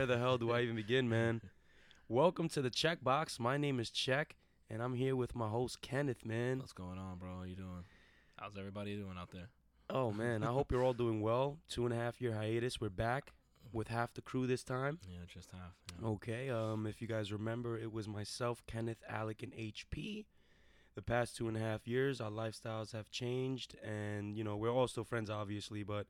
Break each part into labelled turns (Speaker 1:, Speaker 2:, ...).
Speaker 1: I even begin, man? Welcome to the Checkbox. My name is Check, and I'm here with my host Kenneth, man.
Speaker 2: What's going on, bro? How you doing? How's everybody doing out there?
Speaker 1: Oh man, I hope you're all doing well. Two and a half year hiatus. We're back with half the crew this time.
Speaker 2: Yeah, just half. Yeah.
Speaker 1: Okay. Um, if you guys remember, it was myself, Kenneth, Alec, and HP. The past two and a half years, our lifestyles have changed, and you know we're all still friends, obviously, but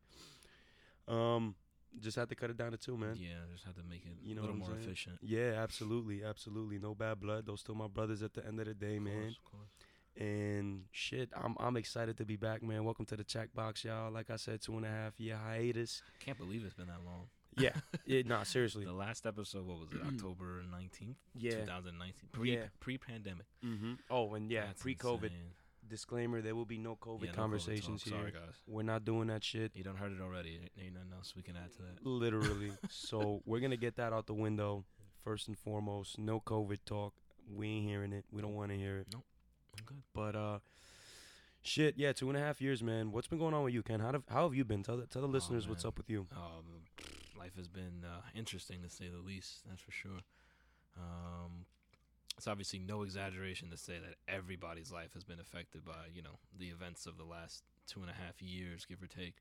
Speaker 1: um, just had to cut it down to two, Oh, man.
Speaker 2: Yeah, just had to make it
Speaker 1: You know
Speaker 2: a little
Speaker 1: what I'm
Speaker 2: more
Speaker 1: saying?
Speaker 2: efficient.
Speaker 1: Yeah, absolutely, absolutely. No bad blood. Those still my brothers at the end of the day,
Speaker 2: Of course,
Speaker 1: man.
Speaker 2: of course.
Speaker 1: And shit, I'm I'm excited to be back, man. Welcome to the check box, y'all. Like I said, two and a half year hiatus.
Speaker 2: Can't believe it's been that long.
Speaker 1: Yeah, yeah nah, seriously.
Speaker 2: The last episode, what was it? October 19th,
Speaker 1: Yeah.
Speaker 2: 2019. Pre
Speaker 1: Yeah.
Speaker 2: pre-pandemic.
Speaker 1: Mm-hmm. Oh, and yeah,
Speaker 2: That's
Speaker 1: pre-COVID.
Speaker 2: insane.
Speaker 1: Disclaimer: There will be no COVID
Speaker 2: Yeah, no
Speaker 1: conversations
Speaker 2: talk. Sorry,
Speaker 1: here.
Speaker 2: guys.
Speaker 1: We're not doing that shit.
Speaker 2: You don't heard it already. Ain't nothing else we can add to that.
Speaker 1: Literally. so we're gonna get that out the window. First and foremost, no COVID talk. We ain't hearing it. We don't want to hear it.
Speaker 2: I'm good.
Speaker 1: But uh, shit, yeah, two and a half years, man. What's been going on with you, Ken? How, have how have you been? Tell the, tell the listeners what's
Speaker 2: Oh, man.
Speaker 1: up with you.
Speaker 2: Um, life has been uh, interesting to say the least. That's for sure. Um, it's obviously no exaggeration to say that everybody's life has been affected by you know the events of the last two and a half years, give or take.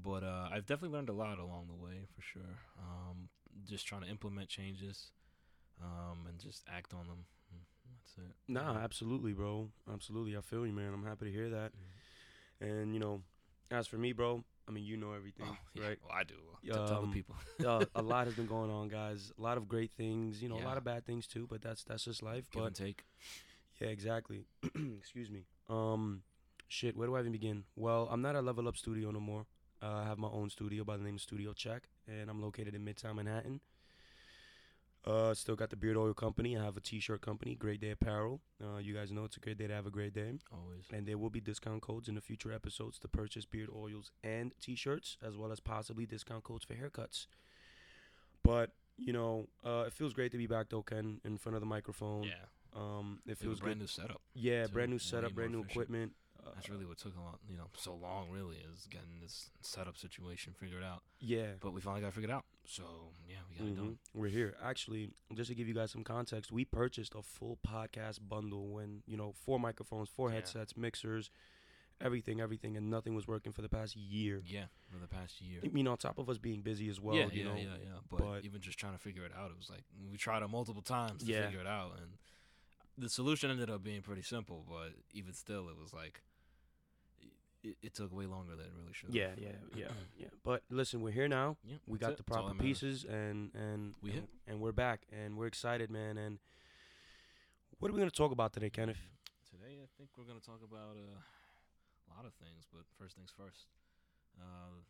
Speaker 2: But uh, I've definitely learned a lot along the way, for sure. Um, just trying to implement changes um, and just act on them. Mm, That's it.
Speaker 1: Nah, absolutely, bro. Absolutely, I feel you, man. I'm happy to hear that.
Speaker 2: Mhm.
Speaker 1: And you know, as for me, bro, I mean, you know everything,
Speaker 2: Oh, yeah.
Speaker 1: right?
Speaker 2: Well, I do. T- tell the
Speaker 1: Um,
Speaker 2: people.
Speaker 1: uh, a lot has been going on, guys. A lot of great things, you know, a
Speaker 2: Yeah.
Speaker 1: lot of bad things too. But that's that's just life.
Speaker 2: Give
Speaker 1: But
Speaker 2: and take.
Speaker 1: Yeah, exactly. Excuse me. Um, shit. Where do I even begin? Well, I'm not at Level Up Studio no more. Uh, I have my own studio by the name of Studio Check, and I'm located in Midtown Manhattan. Uh, still got the Beard Oil Company. I have a T-shirt company, Great Day Apparel. Uh, you guys know it's a great day to have a great day,
Speaker 2: Always.
Speaker 1: and there will be discount codes in the future episodes to purchase beard oils and T-shirts, as well as possibly discount codes for haircuts. But you know, uh, it feels great to be back though, Ken, in front of the microphone.
Speaker 2: Yeah.
Speaker 1: Um, it
Speaker 2: It was
Speaker 1: feels
Speaker 2: a
Speaker 1: good.
Speaker 2: brand new setup.
Speaker 1: Yeah,
Speaker 2: too,
Speaker 1: brand new
Speaker 2: and way
Speaker 1: setup, brand
Speaker 2: more
Speaker 1: new
Speaker 2: efficient.
Speaker 1: equipment. Uh,
Speaker 2: That's really what took a lot, you know, so long. Really, is getting this setup situation figured out.
Speaker 1: yeah.
Speaker 2: But we finally got it figured out. So yeah, we got it
Speaker 1: Mhm.
Speaker 2: done.
Speaker 1: We're here. Actually, just to give you guys some context, we purchased a full podcast bundle when you know four microphones, four
Speaker 2: Yeah.
Speaker 1: headsets, mixers, everything, everything, and nothing was working for the past year.
Speaker 2: Yeah, for the past year.
Speaker 1: I mean, on top of us being busy as well.
Speaker 2: yeah,
Speaker 1: you
Speaker 2: yeah,
Speaker 1: know,
Speaker 2: yeah, yeah. But,
Speaker 1: but-
Speaker 2: even just trying to figure it out, it was like we tried it multiple times to
Speaker 1: Yeah.
Speaker 2: figure it out, and the solution ended up being pretty simple. But even still, it was like it, it took way longer than it really should. have.
Speaker 1: yeah, yeah, yeah, yeah. But listen, we're here now.
Speaker 2: yeah.
Speaker 1: We
Speaker 2: that's
Speaker 1: got
Speaker 2: it.
Speaker 1: the
Speaker 2: That's all
Speaker 1: proper
Speaker 2: that matters.
Speaker 1: pieces, and and
Speaker 2: We
Speaker 1: and,
Speaker 2: hit.
Speaker 1: and we're back, and we're excited, man. And what are we gonna talk about today, Kenneth?
Speaker 2: Today, I think we're going to talk about uh, a lot of things, but first things first, uh,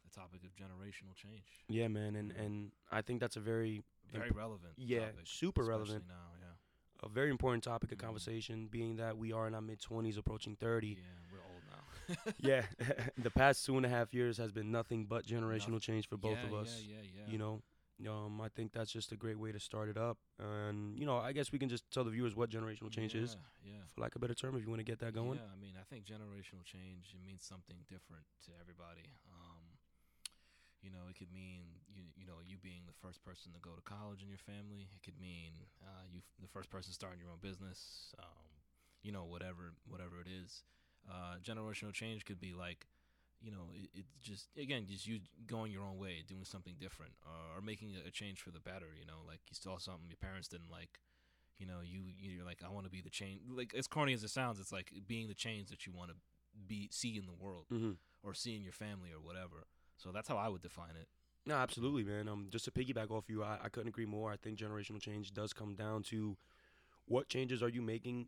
Speaker 2: the topic of generational change.
Speaker 1: Yeah, man, and and I think that's a very
Speaker 2: Very relevant.
Speaker 1: yeah,
Speaker 2: topic,
Speaker 1: super
Speaker 2: especially
Speaker 1: relevant.
Speaker 2: now. Yeah,
Speaker 1: a very important topic of
Speaker 2: Mhm.
Speaker 1: conversation, being that we are in our mid 20s, approaching 30.
Speaker 2: yeah, we're old now.
Speaker 1: Yeah, the past two and a half years has been nothing but generational
Speaker 2: Nothing.
Speaker 1: change for both
Speaker 2: Yeah,
Speaker 1: of us.
Speaker 2: Yeah, yeah, yeah.
Speaker 1: You know, um, I think that's just a great way to start it up. And, you know, I guess we can just tell the viewers what generational change is,
Speaker 2: Yeah, yeah.
Speaker 1: for lack of a better term, if you want to get that going.
Speaker 2: Yeah, I mean, I think generational change it means something different to everybody. Um, you know, it could mean you you know you being the first person to go to college in your family. It could mean uh, you f- the first person starting your own business. Um, you know, whatever whatever it is, uh, generational change could be like. You know, it, it's just again just you going your own way, doing something different, uh, or, or making a, a change for the better. You know, like you saw something your parents didn't like, you know you you're like i want to be the change like as corny as it sounds it's like being the change that you want to be see in the world
Speaker 1: Mm-hmm.
Speaker 2: or see in your family or whatever so that's how i would define it
Speaker 1: No, absolutely, man. Um, just to piggyback off you, I, I couldn't agree more. I think generational change does come down to what changes are you making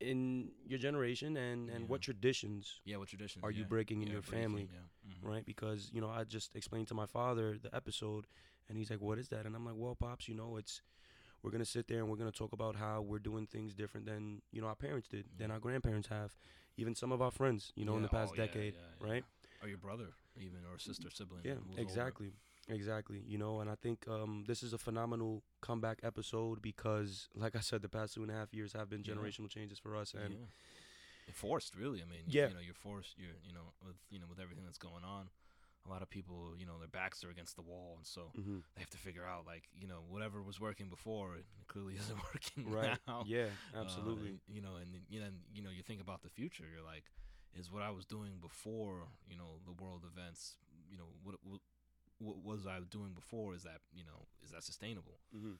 Speaker 1: in your generation and, and what traditions
Speaker 2: yeah what traditions
Speaker 1: are you
Speaker 2: yeah.
Speaker 1: breaking in
Speaker 2: Yeah,
Speaker 1: your
Speaker 2: breaking,
Speaker 1: family?
Speaker 2: yeah. Mhm.
Speaker 1: right? Because you know, I just explained to my father the episode, and he's like, "What is that?" And I'm like, "Well, pops, you know, it's we're gonna sit there and we're gonna talk about how we're doing things different than you know our parents did, than our grandparents have, even some of our friends, you know, in
Speaker 2: Yeah,
Speaker 1: the past
Speaker 2: oh, yeah,
Speaker 1: decade,
Speaker 2: yeah, yeah.
Speaker 1: right?
Speaker 2: or your brother even or sister sibling
Speaker 1: Yeah,
Speaker 2: who's older.
Speaker 1: exactly, exactly. You know, and I think um, this is a phenomenal comeback episode because, like I said, the past two and a half years have been
Speaker 2: Yeah.
Speaker 1: generational changes for us, and
Speaker 2: yeah. You're forced really i mean
Speaker 1: Yeah.
Speaker 2: you know you're forced you're you know with you know with everything that's going on a lot of people, you know, their backs are against the wall, and so
Speaker 1: hmm
Speaker 2: they have to figure out like you know whatever was working before it clearly isn't working
Speaker 1: Right.
Speaker 2: now.
Speaker 1: Yeah,
Speaker 2: Uh,
Speaker 1: absolutely.
Speaker 2: and, you know, and then- you know, and, you know, you think about the future. You're like, is what I was doing before, you know, the world events, you know, what what, what was I doing before? Is that you know, is that sustainable?
Speaker 1: Mhm.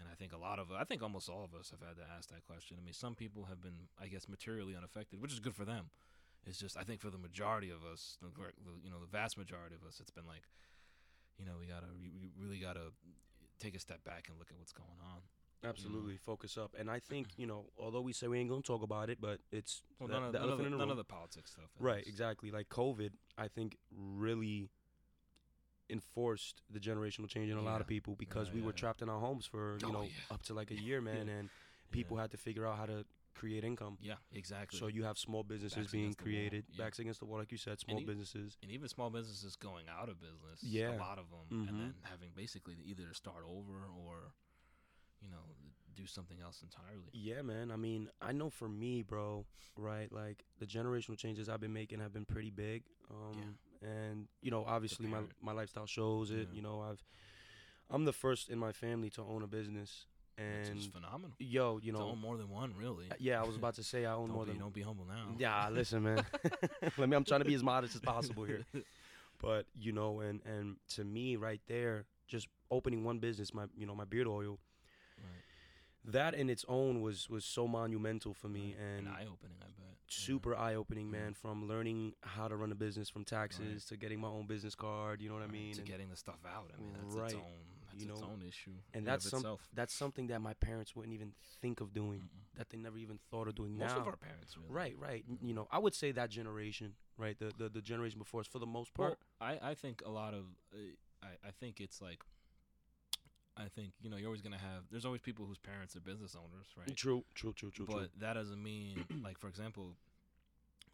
Speaker 2: And I think a lot of, I think almost all of us have had to ask that question. I mean, some people have been, I guess, materially unaffected, which is good for them. It's just, I think for the majority of us, the, gr- the- you know, the vast majority of us, it's been like, you know, we gotta, we we really gotta take a step back and look at what's going on.
Speaker 1: Absolutely.
Speaker 2: Mm-hmm.
Speaker 1: Focus up. And I think, you know, although we say we ain't going to talk about it, but it's
Speaker 2: Well,
Speaker 1: the-
Speaker 2: none, of,
Speaker 1: the
Speaker 2: none, of
Speaker 1: elephant
Speaker 2: the,
Speaker 1: in the
Speaker 2: none
Speaker 1: room.
Speaker 2: of the politics stuff. at
Speaker 1: Right,
Speaker 2: least.
Speaker 1: exactly. Like COVID, I think really enforced the generational change in a lot of
Speaker 2: Yeah.
Speaker 1: people because
Speaker 2: Yeah,
Speaker 1: we
Speaker 2: yeah,
Speaker 1: were
Speaker 2: yeah.
Speaker 1: trapped in our homes for, you
Speaker 2: Oh,
Speaker 1: know,
Speaker 2: yeah.
Speaker 1: up to like a year, man, and people had to figure out how to create income.
Speaker 2: Yeah, exactly.
Speaker 1: So you have small businesses
Speaker 2: Backs
Speaker 1: being
Speaker 2: against the wall,
Speaker 1: created,
Speaker 2: yeah.
Speaker 1: backs against the wall, like you said, small
Speaker 2: e-
Speaker 1: businesses.
Speaker 2: and even small businesses going out of business.
Speaker 1: Yeah.
Speaker 2: a lot of them,
Speaker 1: Mhm.
Speaker 2: and then having basically to either start over or, you know, do something else entirely.
Speaker 1: Yeah, man. I mean, I know for me, bro, right? Like the generational changes I've been making have been pretty big. Um and you know, obviously my
Speaker 2: parent.
Speaker 1: my lifestyle shows it.
Speaker 2: Yeah.
Speaker 1: You know, I've I'm the first in my family to own a business
Speaker 2: It's
Speaker 1: and
Speaker 2: just phenomenal.
Speaker 1: yo, you
Speaker 2: You
Speaker 1: know,
Speaker 2: own more than one, really.
Speaker 1: yeah, I was about to say I own
Speaker 2: don't
Speaker 1: more
Speaker 2: be,
Speaker 1: than
Speaker 2: don't be humble now.
Speaker 1: Yeah, listen, man. Let me I'm trying to be as modest as possible here. But, you know, and and to me right there, just opening one business, my you know, my beard oil,
Speaker 2: Right.
Speaker 1: that in its own was was so monumental for me
Speaker 2: Right.
Speaker 1: and
Speaker 2: eye opening, I bet.
Speaker 1: super eye opening,
Speaker 2: Mm.
Speaker 1: man. From learning how to run a business, from taxes to getting my own business card. You know what I mean?
Speaker 2: To
Speaker 1: And,
Speaker 2: getting the stuff out. I mean, that's
Speaker 1: Right.
Speaker 2: its own. That's
Speaker 1: You
Speaker 2: its
Speaker 1: know,
Speaker 2: own issue.
Speaker 1: and
Speaker 2: in
Speaker 1: that's
Speaker 2: of
Speaker 1: some-
Speaker 2: itself.
Speaker 1: that's something that my parents wouldn't even think of doing.
Speaker 2: Mm-mm.
Speaker 1: That they never even thought of doing
Speaker 2: Mm. Most
Speaker 1: now.
Speaker 2: of our parents, really.
Speaker 1: right, right. N-
Speaker 2: Yeah.
Speaker 1: You know, I would say that generation, right? The the, the generation before us, for the most part.
Speaker 2: Well, I, I think a lot of uh, I, I think it's like I think you know you're always gonna have there's always people whose parents are business owners, right?
Speaker 1: True, true, true, true,
Speaker 2: but
Speaker 1: true.
Speaker 2: that doesn't mean like for example,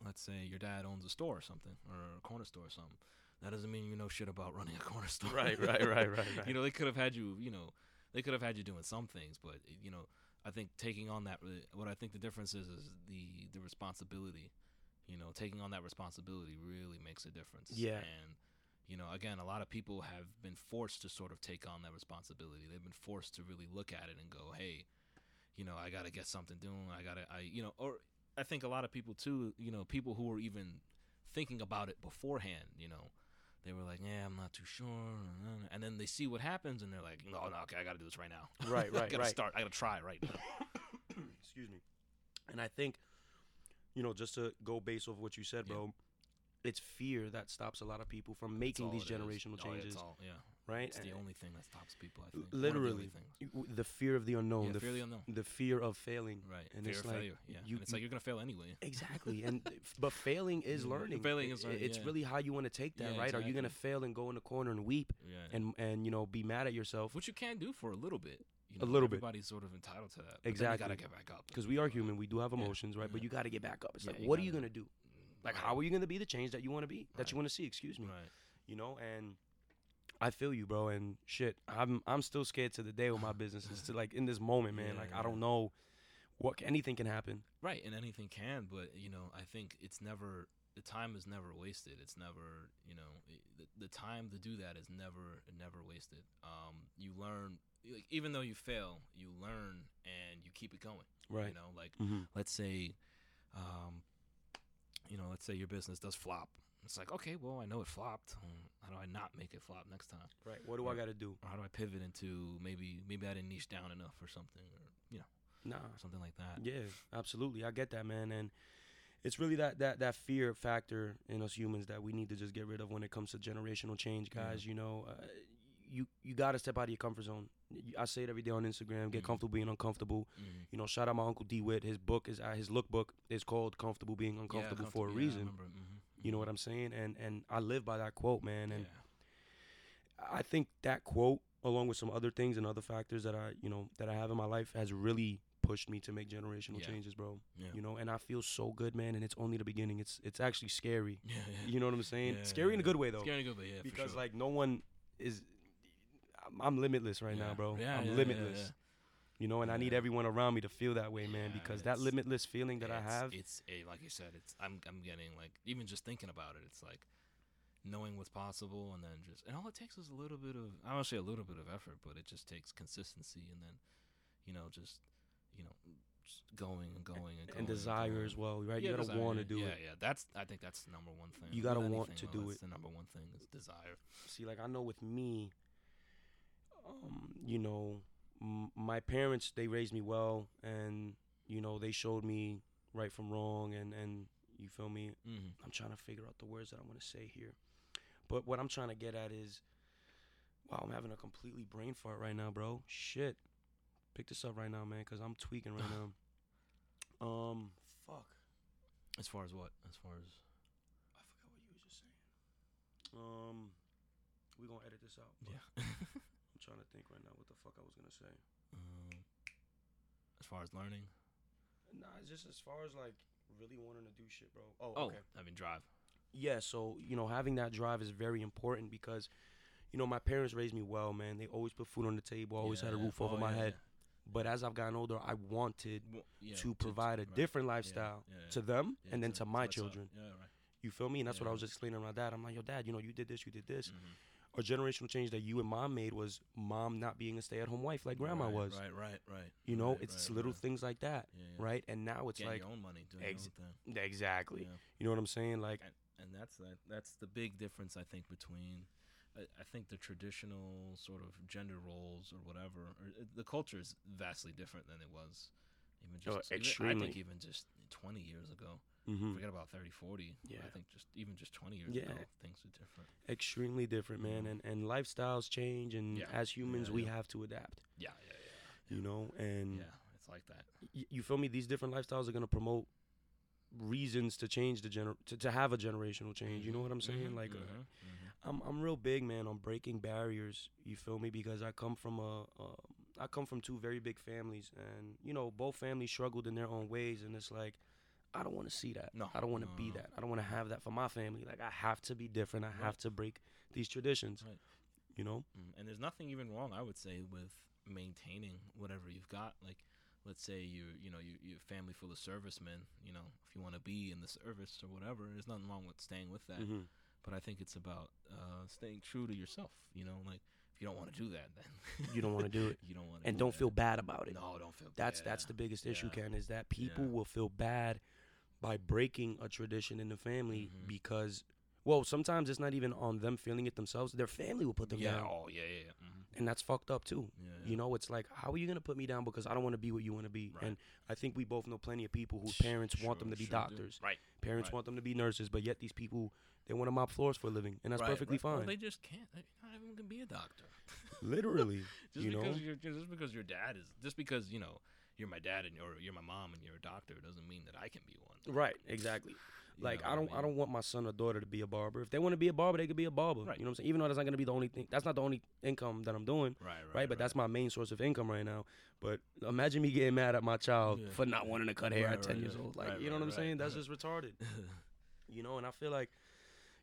Speaker 2: let's say your dad owns a store or something or a corner store or something. That doesn't mean you know shit about running a corner store.
Speaker 1: Right, right, right, right, right.
Speaker 2: You know they could have had you you know they could have had you doing some things, but you know I think taking on that re- what I think the difference is is the the responsibility you know taking on that responsibility really makes a difference
Speaker 1: Yeah.
Speaker 2: and you know again a lot of people have been forced to sort of take on that responsibility they've been forced to really look at it and go hey you know i gotta get something doing i gotta i you know or i think a lot of people too you know people who were even thinking about it beforehand you know they were like yeah i'm not too sure and then they see what happens and they're like no no okay i gotta do this right now
Speaker 1: Right,
Speaker 2: i
Speaker 1: right,
Speaker 2: gotta
Speaker 1: right.
Speaker 2: start i gotta try right now
Speaker 1: Excuse me. And I think, you know, just to go based off what you said,
Speaker 2: Yeah.
Speaker 1: bro, it's fear that stops a lot of people from making
Speaker 2: all
Speaker 1: these
Speaker 2: it is.
Speaker 1: generational
Speaker 2: Oh, yeah, it's
Speaker 1: changes,
Speaker 2: all- yeah
Speaker 1: right?
Speaker 2: It's the
Speaker 1: And-
Speaker 2: only thing that stops people, I
Speaker 1: L-
Speaker 2: think. One of the only
Speaker 1: literally.
Speaker 2: things.
Speaker 1: you- w- the fear of the unknown,
Speaker 2: Yeah,
Speaker 1: the,
Speaker 2: fear of the
Speaker 1: f-
Speaker 2: unknown.
Speaker 1: the fear of failing.
Speaker 2: Right.
Speaker 1: And
Speaker 2: Fear
Speaker 1: it's
Speaker 2: of
Speaker 1: like,
Speaker 2: failure. Yeah.
Speaker 1: you-
Speaker 2: and it's like you're gonna fail anyway.
Speaker 1: Exactly, and f- but failing is
Speaker 2: Mhm.
Speaker 1: learning.
Speaker 2: Failing is
Speaker 1: I-
Speaker 2: learning,
Speaker 1: It's
Speaker 2: yeah.
Speaker 1: really how you want to take that,
Speaker 2: Yeah,
Speaker 1: right? Are you gonna fail and go in the corner and weep
Speaker 2: Yeah.
Speaker 1: and and you know be mad at yourself?
Speaker 2: Which you can do for a little bit. You
Speaker 1: A
Speaker 2: know,
Speaker 1: little bit.
Speaker 2: Everybody's sort of entitled to that. but then
Speaker 1: Exactly.
Speaker 2: you gotta get back up.
Speaker 1: Because we are human, we do have
Speaker 2: Yeah,
Speaker 1: emotions, right? But
Speaker 2: yeah.
Speaker 1: you got to get back up. It's
Speaker 2: Yeah,
Speaker 1: like,
Speaker 2: you
Speaker 1: what are you
Speaker 2: gotta-
Speaker 1: gonna do? Like, how are you gonna be the change that you want to be, that you
Speaker 2: Right.
Speaker 1: want to see? Excuse me,
Speaker 2: Mm, Right.
Speaker 1: you know. And I feel you, bro. And shit, I'm I'm still scared to the day with my businesses. to like in this moment, man.
Speaker 2: Yeah,
Speaker 1: like I
Speaker 2: yeah.
Speaker 1: don't know what c- anything can happen.
Speaker 2: Right. And anything can, but you know, I think it's never the time is never wasted. It's never, you know, i the, the time to do that is never never wasted. Um, you learn, like, even though you fail, you learn and you keep it going.
Speaker 1: Right.
Speaker 2: You know, like
Speaker 1: Mm-hmm.
Speaker 2: let's say um, you know let's say your business does flop it's like okay well i know it flopped Hmm, how do i not make it flop next time
Speaker 1: Right. What do I
Speaker 2: Right.
Speaker 1: got to do?
Speaker 2: or how do i pivot into maybe maybe i didn't niche down enough or something or you know
Speaker 1: Nah.
Speaker 2: something like that
Speaker 1: Yeah, absolutely. I get that, man. And it's really that that that fear factor in us humans that we need to just get rid of when it comes to generational change,
Speaker 2: Yeah.
Speaker 1: guys. You know, uh, you you got to step out of your comfort zone. You- I say it every day on Instagram. Get
Speaker 2: Mhm.
Speaker 1: comfortable being uncomfortable.
Speaker 2: Mhm.
Speaker 1: You know, shout out my uncle D. Witt. His book is uh, his lookbook is called "Comfortable Being Uncomfortable
Speaker 2: comfort-
Speaker 1: for a
Speaker 2: yeah, I
Speaker 1: Reason."
Speaker 2: remember, mhm,
Speaker 1: You know
Speaker 2: mhm.
Speaker 1: what I'm saying? And and I live by that quote, man. And
Speaker 2: Yeah.
Speaker 1: I think that quote, along with some other things and other factors that I, you know, that I have in my life, has really pushed me to make generational
Speaker 2: Yeah.
Speaker 1: changes, bro.
Speaker 2: Yeah.
Speaker 1: You know, and I feel so good, man. And it's only the beginning. It's it's actually scary.
Speaker 2: yeah, yeah.
Speaker 1: You know what I'm saying?
Speaker 2: Yeah,
Speaker 1: scary in a
Speaker 2: yeah.
Speaker 1: good way though,
Speaker 2: Scary to go, but yeah, for
Speaker 1: because
Speaker 2: sure.
Speaker 1: like no one is. I'm, I'm limitless right now,
Speaker 2: Yeah.
Speaker 1: bro.
Speaker 2: Yeah,
Speaker 1: I'm
Speaker 2: yeah, yeah,
Speaker 1: limitless.
Speaker 2: yeah.
Speaker 1: You know, and I need
Speaker 2: Yeah.
Speaker 1: everyone around me to feel that way, man,
Speaker 2: Yeah,
Speaker 1: because that
Speaker 2: it's-
Speaker 1: limitless feeling that I
Speaker 2: it's-
Speaker 1: have.
Speaker 2: It's eh, like you said. It's I'm I'm getting like even just thinking about it. It's like knowing what's possible and then just and all it takes is a little bit of I don't say a little bit of effort, but it just takes consistency and then you know just you know just going and going and going
Speaker 1: and desire
Speaker 2: going.
Speaker 1: as well, right?
Speaker 2: Yeah,
Speaker 1: you gotta
Speaker 2: desire,
Speaker 1: want
Speaker 2: yeah,
Speaker 1: to do
Speaker 2: yeah,
Speaker 1: it.
Speaker 2: Yeah, That's I think that's the number one thing.
Speaker 1: You
Speaker 2: With
Speaker 1: gotta want
Speaker 2: anything,
Speaker 1: to
Speaker 2: though,
Speaker 1: do
Speaker 2: that's The number one thing is desire.
Speaker 1: See, like I know with me, um, you know, m- my parents they raised me well, and you know they showed me right from wrong, and and you feel me.
Speaker 2: Mm-hmm.
Speaker 1: I'm trying to figure out the words that I want to say here, but what I'm trying to get at is, wow, I'm having a completely brain fart right now, bro. Shit, pick this up right now, man, because I'm tweaking right now. Um, fuck.
Speaker 2: As far as what? As far as
Speaker 1: I forgot what you were just saying. Um, we gonna edit this out. but
Speaker 2: yeah.
Speaker 1: I'm trying to think right now what the fuck I was gonna say.
Speaker 2: um, as far as learning.
Speaker 1: Nah, it's just as far as like really wanting to do shit, bro. Oh,
Speaker 2: Oh,
Speaker 1: okay.
Speaker 2: I mean drive.
Speaker 1: Yeah, so you know, having that drive is very important because, you know, my parents raised me well, man. They always put food on the table, always had a
Speaker 2: Yeah.
Speaker 1: roof over
Speaker 2: Oh,
Speaker 1: my
Speaker 2: yeah,
Speaker 1: head. But as I've gotten older, I wanted
Speaker 2: yeah. Well, yeah,
Speaker 1: to provide a
Speaker 2: right.
Speaker 1: different
Speaker 2: Yeah,
Speaker 1: lifestyle
Speaker 2: yeah,
Speaker 1: to
Speaker 2: yeah,
Speaker 1: them
Speaker 2: yeah,
Speaker 1: and then to my
Speaker 2: what's up.
Speaker 1: children.
Speaker 2: Yeah, right.
Speaker 1: You feel me? And that's what I
Speaker 2: Yeah.
Speaker 1: was explaining to my dad. I'm like, yo, dad, you know, you did this, you did this.
Speaker 2: Mhm.
Speaker 1: A generational change that you and mom made was mom not being a stay at home wife like grandma
Speaker 2: Right,
Speaker 1: was.
Speaker 2: Right, right, right.
Speaker 1: You know,
Speaker 2: right,
Speaker 1: it's
Speaker 2: right,
Speaker 1: little
Speaker 2: right.
Speaker 1: things like that,
Speaker 2: Yeah, yeah.
Speaker 1: right? And now it's
Speaker 2: Getting
Speaker 1: like
Speaker 2: your own money, doing
Speaker 1: ex-
Speaker 2: your own thing.
Speaker 1: exactly.
Speaker 2: Yeah.
Speaker 1: You know what I'm saying? Like
Speaker 2: and that's that. That's the big difference I think between, I, I think the traditional sort of gender roles or whatever. Or uh, the culture is vastly different than it was, even
Speaker 1: Oh,
Speaker 2: just Even, I
Speaker 1: extremely.
Speaker 2: think even just twenty years ago.
Speaker 1: mhm.
Speaker 2: Forget about 30, 40.
Speaker 1: Yeah.
Speaker 2: I think just even just twenty years
Speaker 1: Yeah.
Speaker 2: ago, things are different.
Speaker 1: extremely different, man.
Speaker 2: Yeah.
Speaker 1: And and lifestyles change, and
Speaker 2: Mm-hmm. Yeah.
Speaker 1: as humans,
Speaker 2: Yeah,
Speaker 1: we
Speaker 2: yeah.
Speaker 1: have to adapt.
Speaker 2: Yeah, yeah,
Speaker 1: You know, and
Speaker 2: yeah. Yeah, it's like that.
Speaker 1: y- you feel me? These different lifestyles are gonna promote reasons to change the gener to, to have a generational change. You know what I'm saying?
Speaker 2: Mhm,
Speaker 1: Like. uh,
Speaker 2: mhm, mhm.
Speaker 1: I'm I'm real big man on breaking barriers. You feel me? Because I come from a, a I come from two very big families, and you know both families struggled in their own ways, and it's like I don't want to see that.
Speaker 2: No,
Speaker 1: I don't want to
Speaker 2: no,
Speaker 1: be
Speaker 2: no.
Speaker 1: that. I don't want to have that for my family. Like I have to be different. I have
Speaker 2: Right.
Speaker 1: to break these traditions.
Speaker 2: Right.
Speaker 1: You know?
Speaker 2: Mm, And there's nothing even wrong, I would say, with maintaining whatever you've got. Like, let's say you you know you your family full of servicemen. You know, if you want to be in the service or whatever, there's nothing wrong with staying with that.
Speaker 1: Mhm.
Speaker 2: But I think it's about uh, staying true to yourself. You know, like if you don't want to do that, then
Speaker 1: You don't wanna do it.
Speaker 2: You don't want
Speaker 1: And don't feel bad about it.
Speaker 2: No, don't feel.
Speaker 1: That's
Speaker 2: yeah.
Speaker 1: that's the biggest issue,
Speaker 2: yeah,
Speaker 1: Ken, is that people
Speaker 2: yeah.
Speaker 1: will feel bad by breaking a tradition in the family
Speaker 2: Mhm.
Speaker 1: because well, sometimes it's not even on them feeling it themselves. Their family will put them
Speaker 2: yeah.
Speaker 1: down.
Speaker 2: Oh yeah, yeah, yeah. hmm
Speaker 1: And that's fucked up too.
Speaker 2: yeah, yeah.
Speaker 1: You know, it's like, how are you gonna put me down because I don't want to be what you want to be?
Speaker 2: Right.
Speaker 1: And I think we both know plenty of people whose
Speaker 2: Sh-
Speaker 1: parents want them
Speaker 2: sure,
Speaker 1: to be
Speaker 2: sure do.
Speaker 1: doctors,
Speaker 2: Right.
Speaker 1: parents
Speaker 2: right.
Speaker 1: want them to be nurses, but yet these people they want to mop floors for a living, and that's
Speaker 2: right,
Speaker 1: perfectly
Speaker 2: right. Well,
Speaker 1: fine.
Speaker 2: they just can't. They, not everyone can be a doctor.
Speaker 1: Literally,
Speaker 2: just
Speaker 1: you know,
Speaker 2: because you're just because your dad is just because you know you're my dad and or you're my mom and you're a doctor doesn't mean that I can be one.
Speaker 1: right? Exactly.
Speaker 2: You
Speaker 1: Like
Speaker 2: know
Speaker 1: I
Speaker 2: what
Speaker 1: don't, I,
Speaker 2: mean?
Speaker 1: don't want my son or daughter to be a barber. If they want to be a barber, they could be a barber.
Speaker 2: Right.
Speaker 1: You know what I'm saying? Even though that's not gonna be the only thing, that's not the only income that I'm doing,
Speaker 2: Right, right,
Speaker 1: right? but that's my main source of income right now. But imagine me getting mad at my child
Speaker 2: Yeah.
Speaker 1: for not wanting to cut hair
Speaker 2: Right,
Speaker 1: at 10
Speaker 2: right,
Speaker 1: years
Speaker 2: right.
Speaker 1: old. Like,
Speaker 2: Right,
Speaker 1: you know
Speaker 2: right,
Speaker 1: what I'm
Speaker 2: right.
Speaker 1: saying? That's just retarded.
Speaker 2: Oh,
Speaker 1: You know, and I feel like,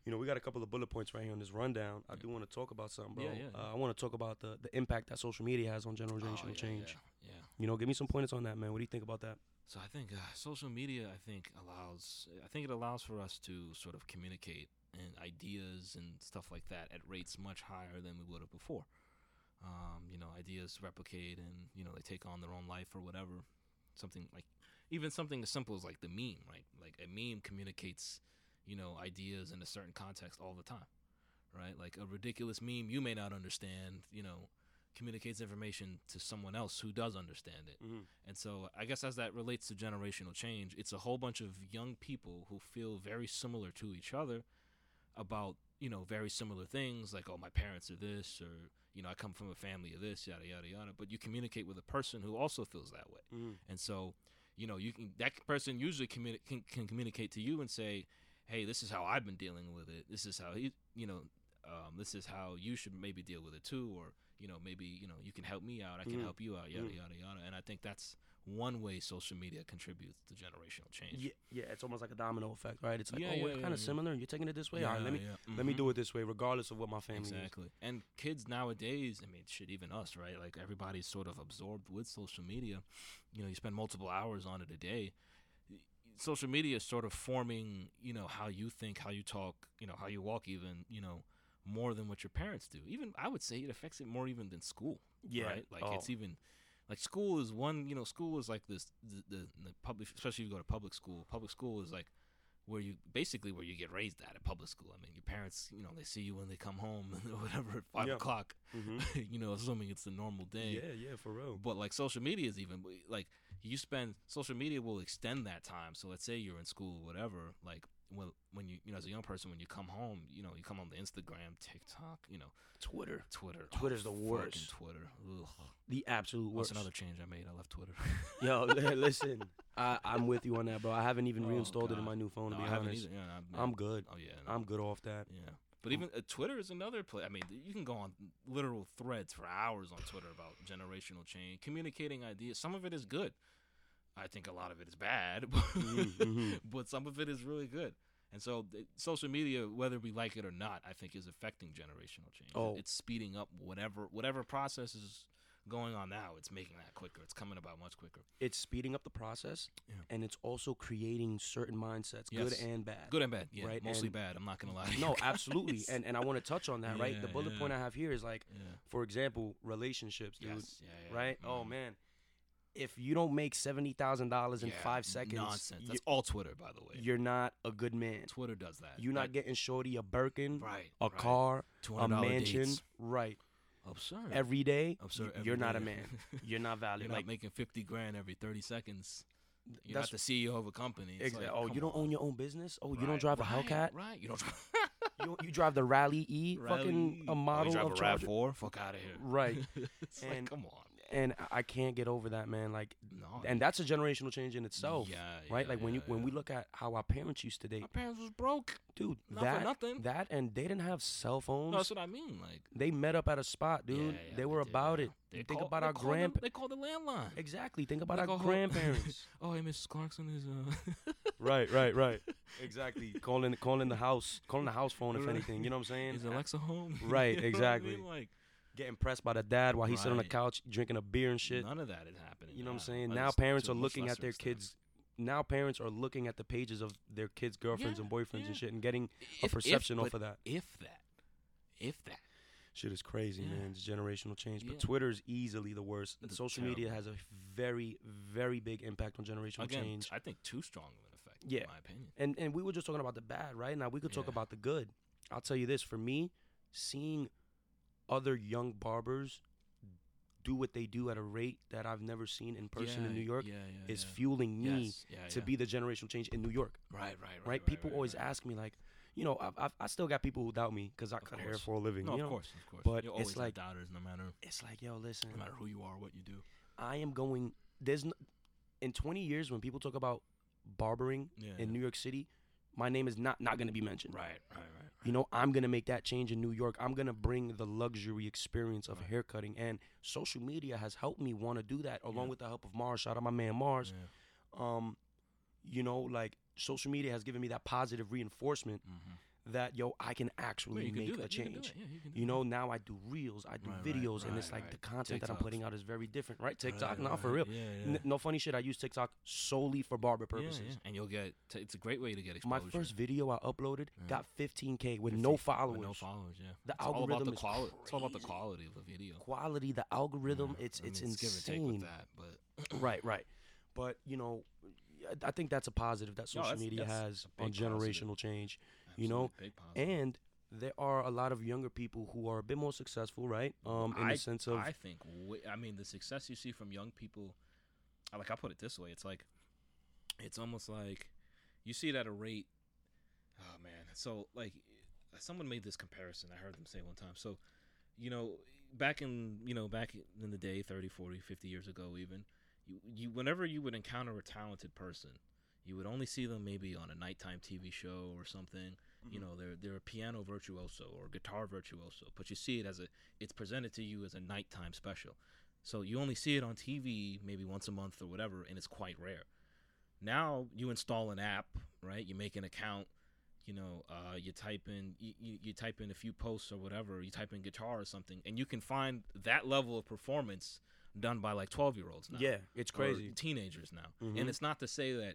Speaker 1: you know, we got a couple of bullet points right here on this rundown. I do want to talk about something, bro.
Speaker 2: Yeah, yeah, yeah.
Speaker 1: Uh, I want to talk about the, the impact that social media has on generational
Speaker 2: Oh, yeah,
Speaker 1: change.
Speaker 2: Yeah, yeah.
Speaker 1: You know, give me some pointers on that, man. What do you think about that?
Speaker 2: So I think uh, social media, I think allows, I think it allows for us to sort of communicate and ideas and stuff like that at rates much higher than we would have before. Um, you know, ideas replicate and you know they take on their own life or whatever. Something like, even something as simple as like the meme, right? Like a meme communicates, you know, ideas in a certain context all the time, right? Like a ridiculous meme you may not understand, you know, communicates information to someone else who does understand it. And so I guess as that relates to generational change, it's a whole bunch of young people who feel very similar to each other about, you know, very similar things like, oh, my parents are this, or, you know, I come from a family of this, yada, yada, yada. But you communicate with a person who also feels that way. And so, you know, you can that person usually communi- can, can communicate to you and say, "Hey, this is how I've been dealing with it. This is how you, you know, um, this is how you should maybe deal with it too, or you know, maybe you know you can help me out. I can
Speaker 1: Mm.
Speaker 2: help you out. Yada
Speaker 1: Mm.
Speaker 2: yada yada." And I think that's one way social media contributes to generational change.
Speaker 1: Yeah, yeah, it's almost like a domino effect, right? It's like,
Speaker 2: Yeah,
Speaker 1: oh,
Speaker 2: yeah,
Speaker 1: we're
Speaker 2: yeah,
Speaker 1: kind
Speaker 2: yeah.
Speaker 1: of similar, and you're taking it this way. All right, let me
Speaker 2: yeah.
Speaker 1: let me
Speaker 2: Mhm.
Speaker 1: do it this way, regardless of what my family is.
Speaker 2: Exactly. And kids nowadays, I mean, shit, even us, right? Like everybody's sort of absorbed with social media. You know, you spend multiple hours on it a day. social media is sort of forming, you know, how you think, how you talk, you know, how you walk, even, you know, more than what your parents do. Even I would say it affects it more even than school.
Speaker 1: Yeah.
Speaker 2: Right? Like
Speaker 1: Oh.
Speaker 2: it's even like school is one. You know, school is like this. The, the, the public, especially if you go to public school. Public school is like where you basically where you get raised at at public school. I mean, your parents, you know, they see you when they come home or whatever at five
Speaker 1: Yeah.
Speaker 2: o'clock.
Speaker 1: hmm
Speaker 2: you know, assuming it's the normal day.
Speaker 1: Yeah, yeah, for real.
Speaker 2: But like social media is even like you spend social media will extend that time. So let's say you're in school or whatever, like when when you you know as a young person when you come home, you know you come home to Instagram, TikTok, you know
Speaker 1: Twitter,
Speaker 2: Twitter. Oh,
Speaker 1: Twitter's the
Speaker 2: fucking
Speaker 1: worst.
Speaker 2: Twitter. Ugh.
Speaker 1: the absolute
Speaker 2: That's
Speaker 1: worst.
Speaker 2: another change I made. I left Twitter.
Speaker 1: Yo, li- listen, I, I'm with you on that, bro. I haven't even
Speaker 2: Oh,
Speaker 1: reinstalled it in
Speaker 2: God.
Speaker 1: my new phone.
Speaker 2: no,
Speaker 1: to
Speaker 2: I
Speaker 1: be
Speaker 2: haven't
Speaker 1: honest,
Speaker 2: either. Yeah, I've-
Speaker 1: I'm good.
Speaker 2: Oh yeah. no.
Speaker 1: I'm good off that.
Speaker 2: Yeah. But even uh, Twitter is another place. I mean, th- you can go on literal threads for hours on Twitter about generational change, communicating ideas. Some of it is good. I think a lot of it is bad,
Speaker 1: Mhm, mhm.
Speaker 2: but some of it is really good. And so, th- social media, whether we like it or not, I think is affecting generational change.
Speaker 1: Oh.
Speaker 2: It's speeding up whatever whatever process is going on now. It's making that quicker. It's coming about much quicker.
Speaker 1: It's speeding up the process,
Speaker 2: Yeah.
Speaker 1: and it's also creating certain mindsets, good
Speaker 2: Yes.
Speaker 1: and bad.
Speaker 2: Good and bad, yeah.
Speaker 1: Right,
Speaker 2: mostly
Speaker 1: and-
Speaker 2: bad. I'm not gonna lie. To you
Speaker 1: No,
Speaker 2: guys.
Speaker 1: absolutely. And and I want to touch on that, right? The
Speaker 2: Yeah,
Speaker 1: bullet
Speaker 2: yeah.
Speaker 1: point I have here is like,
Speaker 2: yeah.
Speaker 1: for example, relationships, dude.
Speaker 2: Yes. Yeah, yeah, yeah.
Speaker 1: Right? Oh
Speaker 2: Mhm.
Speaker 1: man. If you don't make seventy thousand dollars in
Speaker 2: Yeah,
Speaker 1: five seconds,
Speaker 2: Nonsense.
Speaker 1: You,
Speaker 2: That's all Twitter, by the way.
Speaker 1: you're not a good man.
Speaker 2: Twitter does that.
Speaker 1: You're not
Speaker 2: Like,
Speaker 1: getting shorty a Birkin,
Speaker 2: right.
Speaker 1: a
Speaker 2: right.
Speaker 1: car, a
Speaker 2: $200
Speaker 1: mansion,
Speaker 2: dates.
Speaker 1: right?
Speaker 2: Absurd.
Speaker 1: Every day,
Speaker 2: Absurd.
Speaker 1: y-
Speaker 2: every
Speaker 1: you're not a
Speaker 2: day.
Speaker 1: man. You're not
Speaker 2: you're
Speaker 1: valued.
Speaker 2: not
Speaker 1: like
Speaker 2: making fifty grand every thirty seconds. You're
Speaker 1: that's
Speaker 2: not the CEO of a company. It's
Speaker 1: exa-
Speaker 2: like,
Speaker 1: oh,
Speaker 2: come
Speaker 1: you don't
Speaker 2: on.
Speaker 1: own your own business. Oh, you
Speaker 2: Right,
Speaker 1: don't drive a
Speaker 2: right,
Speaker 1: Hellcat.
Speaker 2: Right. You don't drive.
Speaker 1: You, you drive the Rally E, fucking a model
Speaker 2: Oh, you drive
Speaker 1: of Charger.
Speaker 2: a Rav4. Fuck out of here.
Speaker 1: Right.
Speaker 2: it's
Speaker 1: And-
Speaker 2: like, come on.
Speaker 1: And I- I can't get over that, man. Like,
Speaker 2: No.
Speaker 1: and that's a generational change in itself,
Speaker 2: Oh, yeah,
Speaker 1: right?
Speaker 2: yeah,
Speaker 1: Like when
Speaker 2: yeah,
Speaker 1: you when
Speaker 2: yeah.
Speaker 1: we look at how our parents used to date,
Speaker 2: my parents was broke.
Speaker 1: dude,
Speaker 2: Not for
Speaker 1: that
Speaker 2: nothing.
Speaker 1: that and they didn't have cell phones.
Speaker 2: No, that's what I mean. Like,
Speaker 1: they met up at a spot,
Speaker 2: yeah,
Speaker 1: dude.
Speaker 2: yeah,
Speaker 1: they were
Speaker 2: did,
Speaker 1: about
Speaker 2: yeah.
Speaker 1: it.
Speaker 2: They
Speaker 1: Think
Speaker 2: call-
Speaker 1: about
Speaker 2: they
Speaker 1: our
Speaker 2: call them-
Speaker 1: grand-
Speaker 2: They called the landline.
Speaker 1: Exactly. Think about
Speaker 2: Like
Speaker 1: our
Speaker 2: a whole-
Speaker 1: grandparents.
Speaker 2: Oh, hey, Mrs. Clarkson is. Uh,
Speaker 1: right, right, right. Exactly. calling calling the house, calling the house phone if
Speaker 2: Right.
Speaker 1: anything. You know what I'm saying?
Speaker 2: Is Alexa home?
Speaker 1: Right,
Speaker 2: You know what I
Speaker 1: exactly.
Speaker 2: mean? Like
Speaker 1: Getting pressed by the dad while he's sitting on the
Speaker 2: Right.
Speaker 1: couch drinking a beer and shit.
Speaker 2: none of that is happening.
Speaker 1: You know what I'm
Speaker 2: now,
Speaker 1: saying?
Speaker 2: or
Speaker 1: Now
Speaker 2: just
Speaker 1: parents
Speaker 2: to
Speaker 1: are
Speaker 2: a much
Speaker 1: looking at
Speaker 2: lesser
Speaker 1: their
Speaker 2: extent.
Speaker 1: kids. Now parents are looking at the pages of their kids' girlfriends
Speaker 2: Yeah,
Speaker 1: and boyfriends
Speaker 2: yeah.
Speaker 1: and shit, and getting
Speaker 2: If-
Speaker 1: a
Speaker 2: if-
Speaker 1: perception off
Speaker 2: but
Speaker 1: of that.
Speaker 2: If that, if that,
Speaker 1: Shit is crazy,
Speaker 2: Yeah.
Speaker 1: man. It's generational change, but
Speaker 2: Yeah.
Speaker 1: Twitter is easily the worst.
Speaker 2: It's
Speaker 1: Social media has a very, very big impact on generational
Speaker 2: again,
Speaker 1: change.
Speaker 2: I think too strong of an effect.
Speaker 1: Yeah.
Speaker 2: in my opinion.
Speaker 1: And and we were just talking about the bad, right? Now we could talk
Speaker 2: Yeah.
Speaker 1: about the good. I'll tell you this: for me, seeing other young barbers do what they do at a rate that I've never seen in person in
Speaker 2: Yeah,
Speaker 1: New York
Speaker 2: yeah, yeah,
Speaker 1: is
Speaker 2: yeah.
Speaker 1: fueling me
Speaker 2: Yes, yeah,
Speaker 1: to
Speaker 2: yeah.
Speaker 1: be the generational change in New York.
Speaker 2: right, right, right.
Speaker 1: right? people
Speaker 2: right,
Speaker 1: always
Speaker 2: right.
Speaker 1: ask me like, you know, I've, I've, I still got people who doubt me because I cut hair
Speaker 2: course.
Speaker 1: for a living.
Speaker 2: No,
Speaker 1: you
Speaker 2: of
Speaker 1: know?
Speaker 2: course, of course.
Speaker 1: but
Speaker 2: You'll
Speaker 1: it's
Speaker 2: always have
Speaker 1: like-
Speaker 2: doubters, no matter
Speaker 1: It's like, yo, listen,
Speaker 2: no matter who you are, what you do.
Speaker 1: I am going. There's n- in 20 years when people talk about barbering
Speaker 2: Yeah,
Speaker 1: in
Speaker 2: yeah.
Speaker 1: New York City, my name is not not going to be mentioned.
Speaker 2: Right, right, right.
Speaker 1: You know, I'm gonna make that change in New York. I'm gonna bring the luxury experience of haircutting, and social media has helped me want to do that, along
Speaker 2: Yeah.
Speaker 1: with the help of Mars. Shout out my man Mars.
Speaker 2: Yeah.
Speaker 1: Um, you know, like social media has given me that positive reinforcement
Speaker 2: Mhm.
Speaker 1: that yo, I can
Speaker 2: Yeah,
Speaker 1: actually
Speaker 2: you can
Speaker 1: make
Speaker 2: do
Speaker 1: a
Speaker 2: that. You can do
Speaker 1: change.
Speaker 2: that, yeah, you can do
Speaker 1: You
Speaker 2: that.
Speaker 1: know, now I do reels, I do
Speaker 2: Right, right,
Speaker 1: videos, and it's
Speaker 2: right,
Speaker 1: like the
Speaker 2: right.
Speaker 1: content that I'm
Speaker 2: TikToks.
Speaker 1: putting out is very different, right? TikTok,
Speaker 2: Right,
Speaker 1: not for
Speaker 2: right.
Speaker 1: real.
Speaker 2: Yeah,
Speaker 1: N-
Speaker 2: yeah.
Speaker 1: no funny shit. I use TikTok solely for barber
Speaker 2: Yeah,
Speaker 1: purposes.
Speaker 2: yeah. And you'll get. T- it's a great way to get
Speaker 1: My
Speaker 2: exposure.
Speaker 1: first video I uploaded
Speaker 2: Yeah.
Speaker 1: got 15k with no
Speaker 2: 15
Speaker 1: followers.
Speaker 2: With no followers, yeah.
Speaker 1: The
Speaker 2: it's all about
Speaker 1: algorithm
Speaker 2: the
Speaker 1: is
Speaker 2: quality. It's all about the
Speaker 1: crazy.
Speaker 2: quality of the video.
Speaker 1: Quality, the algorithm,
Speaker 2: Yeah,
Speaker 1: it's
Speaker 2: I
Speaker 1: it's
Speaker 2: mean,
Speaker 1: insane.
Speaker 2: Give or take with that, but
Speaker 1: Right, right. But you know, I- I think that's a positive that social
Speaker 2: that's-
Speaker 1: media
Speaker 2: that's
Speaker 1: has
Speaker 2: a
Speaker 1: on
Speaker 2: big positive.
Speaker 1: generational change. You know,
Speaker 2: absolute big positive.
Speaker 1: And there are a lot of younger people who are a bit more successful, right? Um, in
Speaker 2: I,
Speaker 1: the sense of
Speaker 2: I think wi- I mean the success you see from young people. I- Like I put it this way, it's like it's almost like you see it at a rate. Oh man, so like someone made this comparison. I heard them say one time. So you know, back in you know back in the day, 30, 40, 50 years ago, even you, you whenever you would encounter a talented person. You would only see them maybe on a nighttime TV show or something. You know, they're they're a piano virtuoso or a guitar virtuoso, but you see it as a it's presented to you as a nighttime special. So you only see it on TV maybe once a month or whatever, and it's quite rare. Now you install an app, right? You make an account. You know, uh, you type in you, you, you type in a few posts or whatever. You type in guitar or something, and you can find that level of performance done by like twelve year olds now
Speaker 1: yeah, it's
Speaker 2: or
Speaker 1: crazy.
Speaker 2: teenagers now.
Speaker 1: Mhm.
Speaker 2: And it's not to say that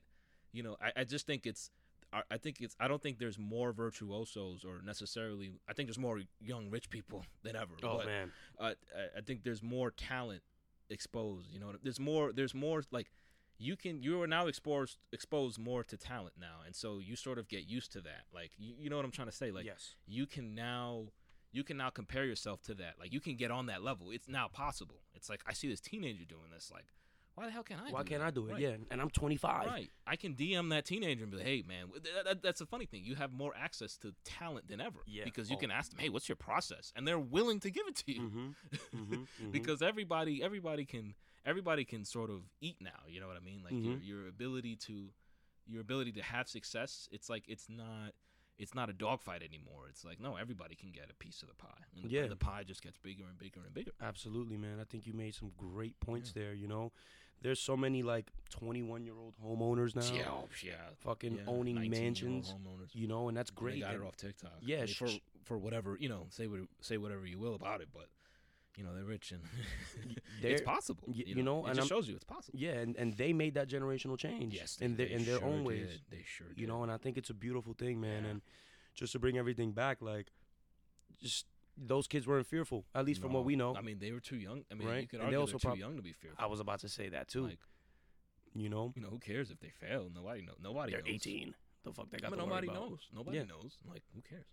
Speaker 2: you know, I, I just think it's. I- I think it's. I don't think there's more virtuosos or necessarily. I think there's more young rich people than ever.
Speaker 1: Oh
Speaker 2: but,
Speaker 1: man,
Speaker 2: uh, I- I think there's more talent exposed. You know, there's more. There's more like you can. You are now exposed exposed more to talent now, and so you sort of get used to that. Like you, you know what I'm trying to say. Like
Speaker 1: yes,
Speaker 2: you can now you can now compare yourself to that. Like you can get on that level. It's now possible. It's like I see this teenager doing this. Like why the hell can't I?
Speaker 1: why
Speaker 2: do
Speaker 1: can't
Speaker 2: that?
Speaker 1: I do it?
Speaker 2: Right.
Speaker 1: Yeah, and I'm 25.
Speaker 2: Right. I can DM that teenager and be like, hey, man, th- th- that- that's the funny thing. You have more access to talent than ever.
Speaker 1: Yeah.
Speaker 2: Because you
Speaker 1: Oh.
Speaker 2: can ask them, hey, what's your process? And they're willing to give it to you.
Speaker 1: Mm-hmm. Mm-hmm.
Speaker 2: because everybody everybody can everybody can sort of eat now you know what i mean like your,
Speaker 1: Mhm.
Speaker 2: your ability to your ability to have success it's like it's not it's not a dogfight anymore it's like no everybody can get a piece of the pie and the,
Speaker 1: Yeah.
Speaker 2: the pie just gets bigger and bigger and bigger
Speaker 1: Absolutely, man. I think you made some great points there. You know, there's so many like 21 year old homeowners now,
Speaker 2: yeah oh, yeah
Speaker 1: fucking
Speaker 2: yeah,
Speaker 1: owning
Speaker 2: 19-year-old
Speaker 1: mansions.
Speaker 2: homeowners
Speaker 1: You know, and that's
Speaker 2: great
Speaker 1: great.
Speaker 2: they got
Speaker 1: and-
Speaker 2: it off tiktok I
Speaker 1: yeah,
Speaker 2: mean,
Speaker 1: sh-
Speaker 2: for
Speaker 1: sh-
Speaker 2: for whatever you know say what, say whatever you will about it but you know they're rich and
Speaker 1: they're-
Speaker 2: it's possible
Speaker 1: y-
Speaker 2: you
Speaker 1: you
Speaker 2: know,
Speaker 1: know,
Speaker 2: it
Speaker 1: and
Speaker 2: just
Speaker 1: I'm-
Speaker 2: shows you it's possible
Speaker 1: yeah, and, and they made that generational change.
Speaker 2: yes
Speaker 1: in
Speaker 2: they-
Speaker 1: their
Speaker 2: they
Speaker 1: in their
Speaker 2: sure
Speaker 1: own ways.
Speaker 2: did. they sure
Speaker 1: you
Speaker 2: did.
Speaker 1: know and i think it's a beautiful thing man
Speaker 2: Yeah.
Speaker 1: and just to bring everything back like just those kids weren't fearful at least from
Speaker 2: No.
Speaker 1: what we know
Speaker 2: I mean, they were too young. I mean,
Speaker 1: Right?
Speaker 2: you could
Speaker 1: And they
Speaker 2: argue they
Speaker 1: also
Speaker 2: are too
Speaker 1: prob-
Speaker 2: young to be fearful.
Speaker 1: i was about to say that too
Speaker 2: Like,
Speaker 1: you know
Speaker 2: you know, who cares if they fail? Nobody knows. Nobody
Speaker 1: they're
Speaker 2: knows.
Speaker 1: 18 the fuck they
Speaker 2: I
Speaker 1: got
Speaker 2: mean,
Speaker 1: to worry
Speaker 2: nobody
Speaker 1: about.
Speaker 2: knows. Nobody
Speaker 1: Yeah.
Speaker 2: knows. Like, who cares?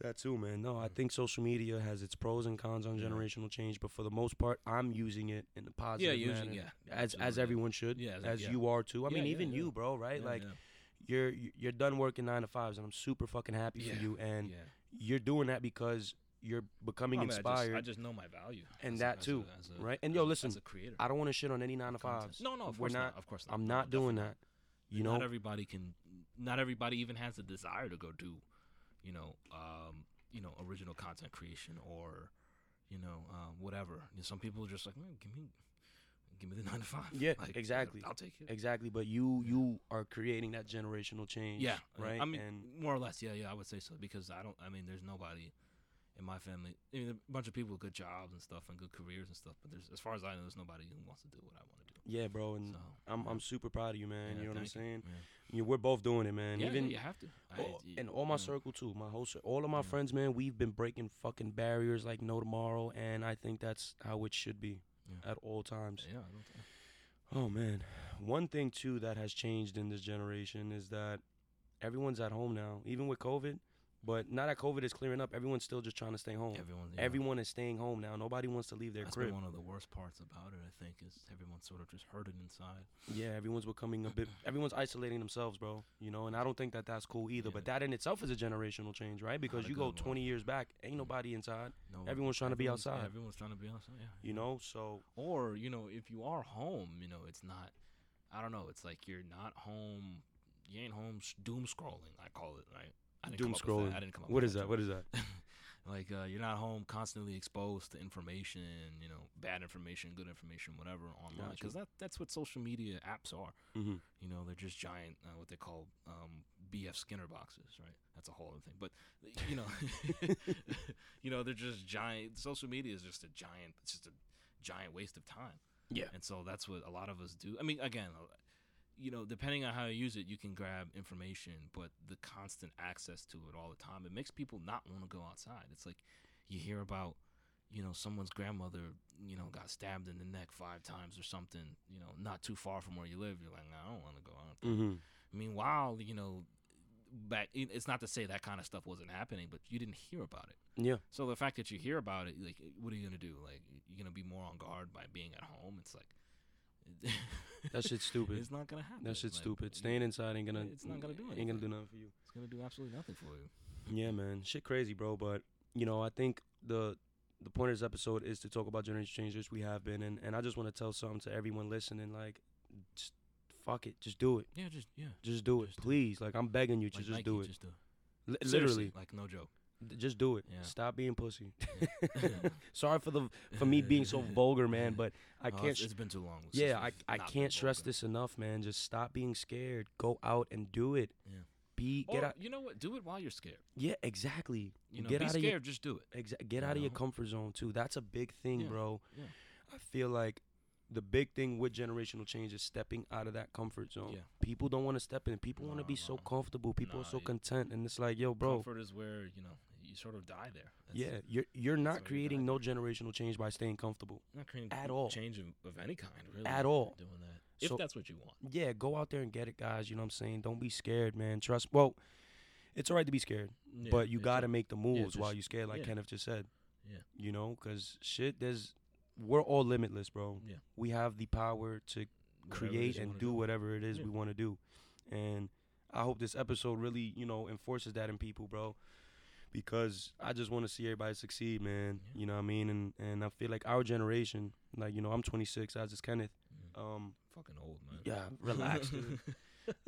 Speaker 1: that too man no i
Speaker 2: Mhm.
Speaker 1: think social media has its pros and cons on
Speaker 2: Yeah.
Speaker 1: generational change but for the most part i'm using it in the
Speaker 2: yeah,
Speaker 1: positive
Speaker 2: usually,
Speaker 1: manner,
Speaker 2: yeah.
Speaker 1: as as
Speaker 2: absolutely.
Speaker 1: everyone should
Speaker 2: Yeah, as-
Speaker 1: as,
Speaker 2: yeah.
Speaker 1: you are too i
Speaker 2: Yeah,
Speaker 1: mean
Speaker 2: yeah,
Speaker 1: even
Speaker 2: yeah.
Speaker 1: you bro right
Speaker 2: Yeah,
Speaker 1: like
Speaker 2: yeah,
Speaker 1: you're you're done working 9 to 5s and i'm super fucking happy
Speaker 2: Yeah.
Speaker 1: for you and
Speaker 2: yeah.
Speaker 1: you're doing that because you're becoming
Speaker 2: I mean, I just-
Speaker 1: inspired
Speaker 2: I just, know my value.
Speaker 1: and
Speaker 2: as a-
Speaker 1: that
Speaker 2: as a-
Speaker 1: too,
Speaker 2: as a-
Speaker 1: right? And
Speaker 2: as
Speaker 1: yo,
Speaker 2: a-
Speaker 1: listen,
Speaker 2: as a creator.
Speaker 1: I don't want to shit on any nine to
Speaker 2: content.
Speaker 1: fives.
Speaker 2: No, no, of
Speaker 1: We're
Speaker 2: course not,
Speaker 1: not-
Speaker 2: Of course not.
Speaker 1: I'm
Speaker 2: No,
Speaker 1: not doing
Speaker 2: definitely
Speaker 1: that. You
Speaker 2: not
Speaker 1: know,
Speaker 2: everybody can. Not everybody even has the desire to go do, you know, um, you know, original content creation or, you know, um, whatever. You know, some people are just like, man, give me, give me the nine to five.
Speaker 1: Yeah,
Speaker 2: Like,
Speaker 1: exactly.
Speaker 2: I'll take it.
Speaker 1: exactly. But you you are creating that generational change.
Speaker 2: Yeah,
Speaker 1: right.
Speaker 2: I mean,
Speaker 1: and
Speaker 2: more or less. Yeah, yeah, I would say so because I don't. I mean, there's nobody in my family. I mean, a bunch of people with good jobs and stuff and good careers and stuff. But there's, as far as I know, there's nobody who wants to do what I want to do.
Speaker 1: yeah, bro. And
Speaker 2: So
Speaker 1: I'm
Speaker 2: yeah.
Speaker 1: I'm super proud of you, man.
Speaker 2: yeah,
Speaker 1: you know what I'm
Speaker 2: thank you,
Speaker 1: saying?
Speaker 2: man.
Speaker 1: You- we're both doing it, man.
Speaker 2: yeah, yeah,
Speaker 1: Even
Speaker 2: you have to. I-
Speaker 1: all-
Speaker 2: you-
Speaker 1: and all my
Speaker 2: yeah.
Speaker 1: circle too, my whole cir- all of my
Speaker 2: Yeah.
Speaker 1: friends, man. We've been breaking fucking barriers like no tomorrow, and I think that's how it should be
Speaker 2: Yeah.
Speaker 1: at all times.
Speaker 2: Yeah, I don't think-
Speaker 1: Oh man, one thing too that has changed in this generation is that everyone's at home now, even with COVID. But now that COVID is clearing up, everyone's still just trying to stay home.
Speaker 2: everyone. yeah.
Speaker 1: Everyone is staying home now. Nobody wants to leave their
Speaker 2: That's been
Speaker 1: crib.
Speaker 2: one of the worst parts about it. I think is everyone's sort of just hurting inside.
Speaker 1: Yeah, everyone's becoming a bit. Everyone's isolating themselves, bro. You know, and I don't think that that's cool either.
Speaker 2: Yeah.
Speaker 1: But that in itself is a generational change, right? Because
Speaker 2: a
Speaker 1: you go
Speaker 2: good one.
Speaker 1: 20 years back, ain't
Speaker 2: Mm.
Speaker 1: nobody inside.
Speaker 2: No,
Speaker 1: Everyone's trying to be
Speaker 2: everyone's- yeah,
Speaker 1: outside.
Speaker 2: Everyone's trying to be outside. Yeah.
Speaker 1: You know, so
Speaker 2: or you know if you are home you know it's not i don't know it's like you're not home you ain't home s- doom scrolling i call it right I didn't
Speaker 1: doom
Speaker 2: come up with
Speaker 1: scrolling.
Speaker 2: that. i didn't come up
Speaker 1: What
Speaker 2: with
Speaker 1: is that?
Speaker 2: term.
Speaker 1: What is that?
Speaker 2: like uh, you're not home constantly exposed to information you know bad information good information whatever online
Speaker 1: Gotcha.
Speaker 2: because that, that's what social media apps are
Speaker 1: hmm
Speaker 2: you know, they're just giant, uh, what they call um, BF Skinner boxes, right? That's a whole other thing. But you know, you know, they're just giant. Social media is just a giant. It's just a giant waste of time.
Speaker 1: Yeah.
Speaker 2: And so that's what a lot of us do. I mean, again, uh, you know, depending on how you use it, you can grab information, but the constant access to it all the time, it makes people not want to go outside. It's like you hear about you know someone's grandmother you know got stabbed in the neck five times or something you know not too far from where you live you're like nah, i don't want to go out
Speaker 1: hmm
Speaker 2: meanwhile you know back it- it's not to say that kind of stuff wasn't happening but you didn't hear about it
Speaker 1: Yeah.
Speaker 2: so the fact that you hear about it like what are you gonna do like you're gonna be more on guard by being at home it's like
Speaker 1: That shit's stupid.
Speaker 2: it's not gonna happen
Speaker 1: That shit's
Speaker 2: Like,
Speaker 1: stupid.
Speaker 2: you-
Speaker 1: Staying inside ain't gonna.
Speaker 2: it's not gonna do
Speaker 1: Ain't
Speaker 2: anything.
Speaker 1: gonna do nothing for you.
Speaker 2: it's gonna do absolutely nothing for you
Speaker 1: Yeah, man, shit crazy, bro. But you know, I think the the point of this episode is to talk about generation changes we have been, and and I just want to tell something to everyone listening, like, just fuck it, just do it,
Speaker 2: yeah just yeah
Speaker 1: just do it,
Speaker 2: Just do it.
Speaker 1: please. Like I'm begging you to
Speaker 2: Like
Speaker 1: just
Speaker 2: Nike,
Speaker 1: do it,
Speaker 2: just do it
Speaker 1: Li-
Speaker 2: Seriously,
Speaker 1: literally,
Speaker 2: like no joke
Speaker 1: D- just do it.
Speaker 2: Yeah.
Speaker 1: Stop being pussy. Sorry for the for me being so vulgar, man, but I
Speaker 2: Oh,
Speaker 1: can't.
Speaker 2: it's-
Speaker 1: sh-
Speaker 2: it's been too long. since
Speaker 1: yeah, I
Speaker 2: we've
Speaker 1: I
Speaker 2: not been
Speaker 1: can't stress
Speaker 2: vulgar.
Speaker 1: this enough, man. Just stop being scared. Go out and do it.
Speaker 2: Yeah.
Speaker 1: Be get
Speaker 2: Or,
Speaker 1: out.
Speaker 2: You know what? Do it while you're scared.
Speaker 1: Yeah, exactly.
Speaker 2: You know,
Speaker 1: get
Speaker 2: be
Speaker 1: out
Speaker 2: scared.
Speaker 1: of your
Speaker 2: just do it.
Speaker 1: Exa- get
Speaker 2: You
Speaker 1: out of your
Speaker 2: know?
Speaker 1: comfort zone too. That's a big thing,
Speaker 2: Yeah,
Speaker 1: bro.
Speaker 2: yeah.
Speaker 1: I feel like the big thing with generational change is stepping out of that comfort zone.
Speaker 2: Yeah.
Speaker 1: People don't want to step in. People want to
Speaker 2: Nah,
Speaker 1: be so
Speaker 2: nah.
Speaker 1: comfortable. People
Speaker 2: Nah,
Speaker 1: are so
Speaker 2: you-
Speaker 1: content, and it's like, yo, bro,
Speaker 2: Comfort is where you know you sort of die there. That's-
Speaker 1: yeah, you're you're
Speaker 2: that's
Speaker 1: not
Speaker 2: where you
Speaker 1: creating
Speaker 2: die.
Speaker 1: no generational change by staying comfortable.
Speaker 2: not creating
Speaker 1: at all.
Speaker 2: change of, of any kind really
Speaker 1: At all.
Speaker 2: doing that if
Speaker 1: So-
Speaker 2: that's what you want.
Speaker 1: Yeah, go out there and get it, guys. You know what I'm saying? Don't be scared, man. Trust. Well, it's all right to be scared,
Speaker 2: Yeah,
Speaker 1: but you
Speaker 2: it's
Speaker 1: got to
Speaker 2: a-
Speaker 1: make the moves while
Speaker 2: just-
Speaker 1: you're scared, like
Speaker 2: yeah.
Speaker 1: Kenneth just said.
Speaker 2: Yeah.
Speaker 1: You know, because shit, there's we're all limitless, bro.
Speaker 2: Yeah.
Speaker 1: We have the power to
Speaker 2: whatever it is
Speaker 1: create
Speaker 2: you
Speaker 1: and
Speaker 2: wanna
Speaker 1: do, whatever it is
Speaker 2: Yeah.
Speaker 1: we want to do. And I hope this episode really, you know, enforces that in people, bro. Because I just want to see everybody succeed, man.
Speaker 2: Yeah.
Speaker 1: You know what I mean? And and I feel like our generation, like you know, I'm 26. I was just Kenneth.
Speaker 2: Mm,
Speaker 1: Um,
Speaker 2: fucking old man.
Speaker 1: yeah, relax. dude.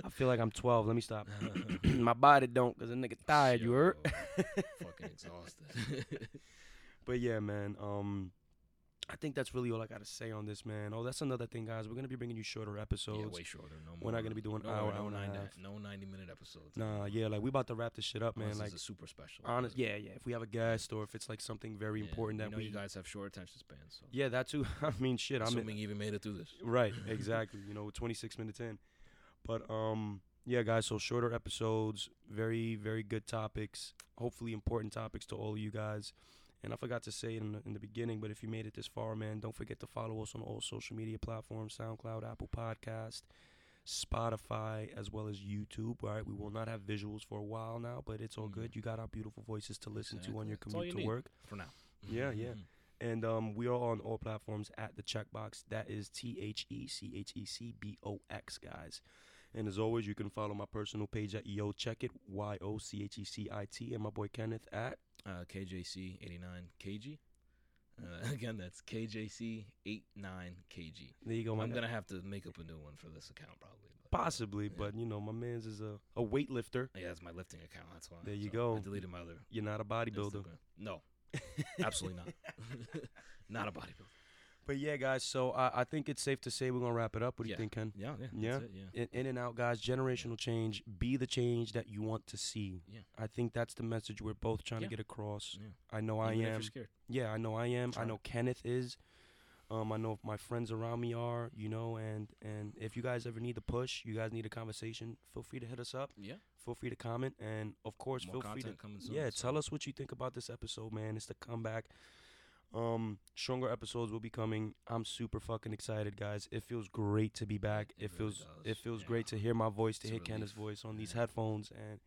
Speaker 1: I feel like I'm 12. Let me stop.
Speaker 2: Shit,
Speaker 1: My body don't, cause a nigga tired. You heard?
Speaker 2: yo, fucking exhausted.
Speaker 1: But yeah, man. Um, I think that's really all I gotta say on this, man. Oh, that's another thing, guys. We're gonna be bringing you shorter episodes.
Speaker 2: yeah, way shorter. No more.
Speaker 1: we're not gonna be doing
Speaker 2: no
Speaker 1: hour,
Speaker 2: no
Speaker 1: hour and a
Speaker 2: 90
Speaker 1: half.
Speaker 2: No ninety minute episodes.
Speaker 1: Nah,
Speaker 2: anymore.
Speaker 1: yeah, like we about to wrap this shit up, man.
Speaker 2: Unless
Speaker 1: Like,
Speaker 2: it's Oh, a super special.
Speaker 1: honest,
Speaker 2: but-
Speaker 1: yeah, yeah. If we have a guest or if it's like something very
Speaker 2: yeah,
Speaker 1: important
Speaker 2: we
Speaker 1: that
Speaker 2: know
Speaker 1: we,
Speaker 2: you guys have short attention spans. So
Speaker 1: yeah, that too. I mean, shit. I'm
Speaker 2: assuming you even made it through this.
Speaker 1: right, exactly. You know, we're 26 minutes in, but um, yeah, guys. So shorter episodes, very, very good topics. Hopefully, important topics to all you guys. And I forgot to say it in the, in the beginning, but if you made it this far, man, don't forget to follow us on all social media platforms: SoundCloud, Apple Podcast, Spotify, as well as YouTube. All right, we will not have visuals for a while now, but it's all
Speaker 2: Mhm.
Speaker 1: good. You got our beautiful voices to listen to on
Speaker 2: Exactly.
Speaker 1: your
Speaker 2: That's all
Speaker 1: commute
Speaker 2: you
Speaker 1: to
Speaker 2: need.
Speaker 1: work.
Speaker 2: for now.
Speaker 1: Yeah, yeah. And um, we are on all platforms at the checkbox. That is T H E C H E C B O X, guys. And as always, you can follow my personal page at Yo Check It, Y O C H E C I T, and my boy Kenneth at.
Speaker 2: Uh, KJC89KG. Uh, again, that's KJC89KG.
Speaker 1: There you go, Oh my
Speaker 2: I'm
Speaker 1: guy.
Speaker 2: going to have to make up a new one for this account probably. but-
Speaker 1: Possibly,
Speaker 2: Yeah.
Speaker 1: but you know, my man's is a, a weightlifter.
Speaker 2: Yeah, it's my lifting account. That's why.
Speaker 1: There you
Speaker 2: So
Speaker 1: go.
Speaker 2: I deleted my other
Speaker 1: You're not a bodybuilder.
Speaker 2: Instagram. No, absolutely not. not a bodybuilder.
Speaker 1: But yeah, guys, so I, I think it's safe to say we're going to wrap it up. What do
Speaker 2: Yeah.
Speaker 1: you think, Ken?
Speaker 2: Yeah, yeah.
Speaker 1: Yeah.
Speaker 2: That's it, yeah.
Speaker 1: in, in and out, guys. Generational change. Be the change that you want to see.
Speaker 2: Yeah.
Speaker 1: I think that's the message we're both trying
Speaker 2: Yeah.
Speaker 1: to get across.
Speaker 2: Yeah.
Speaker 1: I know
Speaker 2: Even
Speaker 1: I
Speaker 2: If
Speaker 1: am.
Speaker 2: you're scared.
Speaker 1: Yeah, I know I am.
Speaker 2: Try
Speaker 1: I
Speaker 2: it.
Speaker 1: know Kenneth is. Um, I know my friends around me are. You know, and and if you guys ever need a push, you guys need a conversation. Feel free to hit us up.
Speaker 2: Yeah.
Speaker 1: Feel free to comment, and of course,
Speaker 2: More
Speaker 1: feel free
Speaker 2: content
Speaker 1: to
Speaker 2: coming soon.
Speaker 1: yeah, tell us what you think about this episode, man. It's the comeback. Um, stronger episodes will be coming. I'm super fucking excited, guys. It feels great to be back.
Speaker 2: it
Speaker 1: It,
Speaker 2: really
Speaker 1: feels
Speaker 2: does.
Speaker 1: it feels
Speaker 2: Yeah.
Speaker 1: great to hear my voice, to
Speaker 2: It's a
Speaker 1: hear Kenneth's
Speaker 2: relief.
Speaker 1: voice on these
Speaker 2: Yeah.
Speaker 1: headphones, and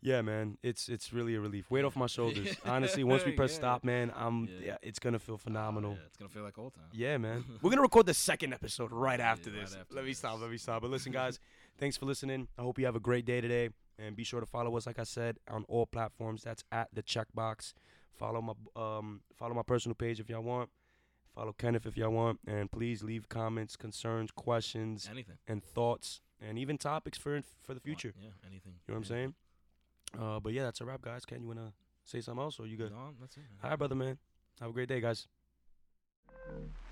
Speaker 1: yeah, man, it's it's really a relief. Weight off
Speaker 2: Yeah.
Speaker 1: my shoulders, honestly. Once we press
Speaker 2: Yeah.
Speaker 1: stop, man, I'm
Speaker 2: Yeah.
Speaker 1: yeah. it's gonna feel phenomenal.
Speaker 2: yeah, it's going to feel like old time.
Speaker 1: Yeah, man. We're going to record the second episode right
Speaker 2: Yeah,
Speaker 1: after
Speaker 2: right
Speaker 1: this.
Speaker 2: after
Speaker 1: let me stop.
Speaker 2: this.
Speaker 1: Let me stop. But listen, guys, thanks for listening. I hope you have a great day today. And be sure to follow us, like I said, on all platforms. That's at the checkbox. Follow my um follow my personal page if y'all want. Follow Kenneth if y'all want. And please leave comments, concerns, questions,
Speaker 2: Anything.
Speaker 1: and thoughts, and even topics for for the future.
Speaker 2: Yeah, anything.
Speaker 1: You know what I'm saying? Uh, but yeah, that's a wrap, guys. Ken, you wanna say something else, or you good?
Speaker 2: No, that's it. man.
Speaker 1: All right, brother, man. Have a great day, guys.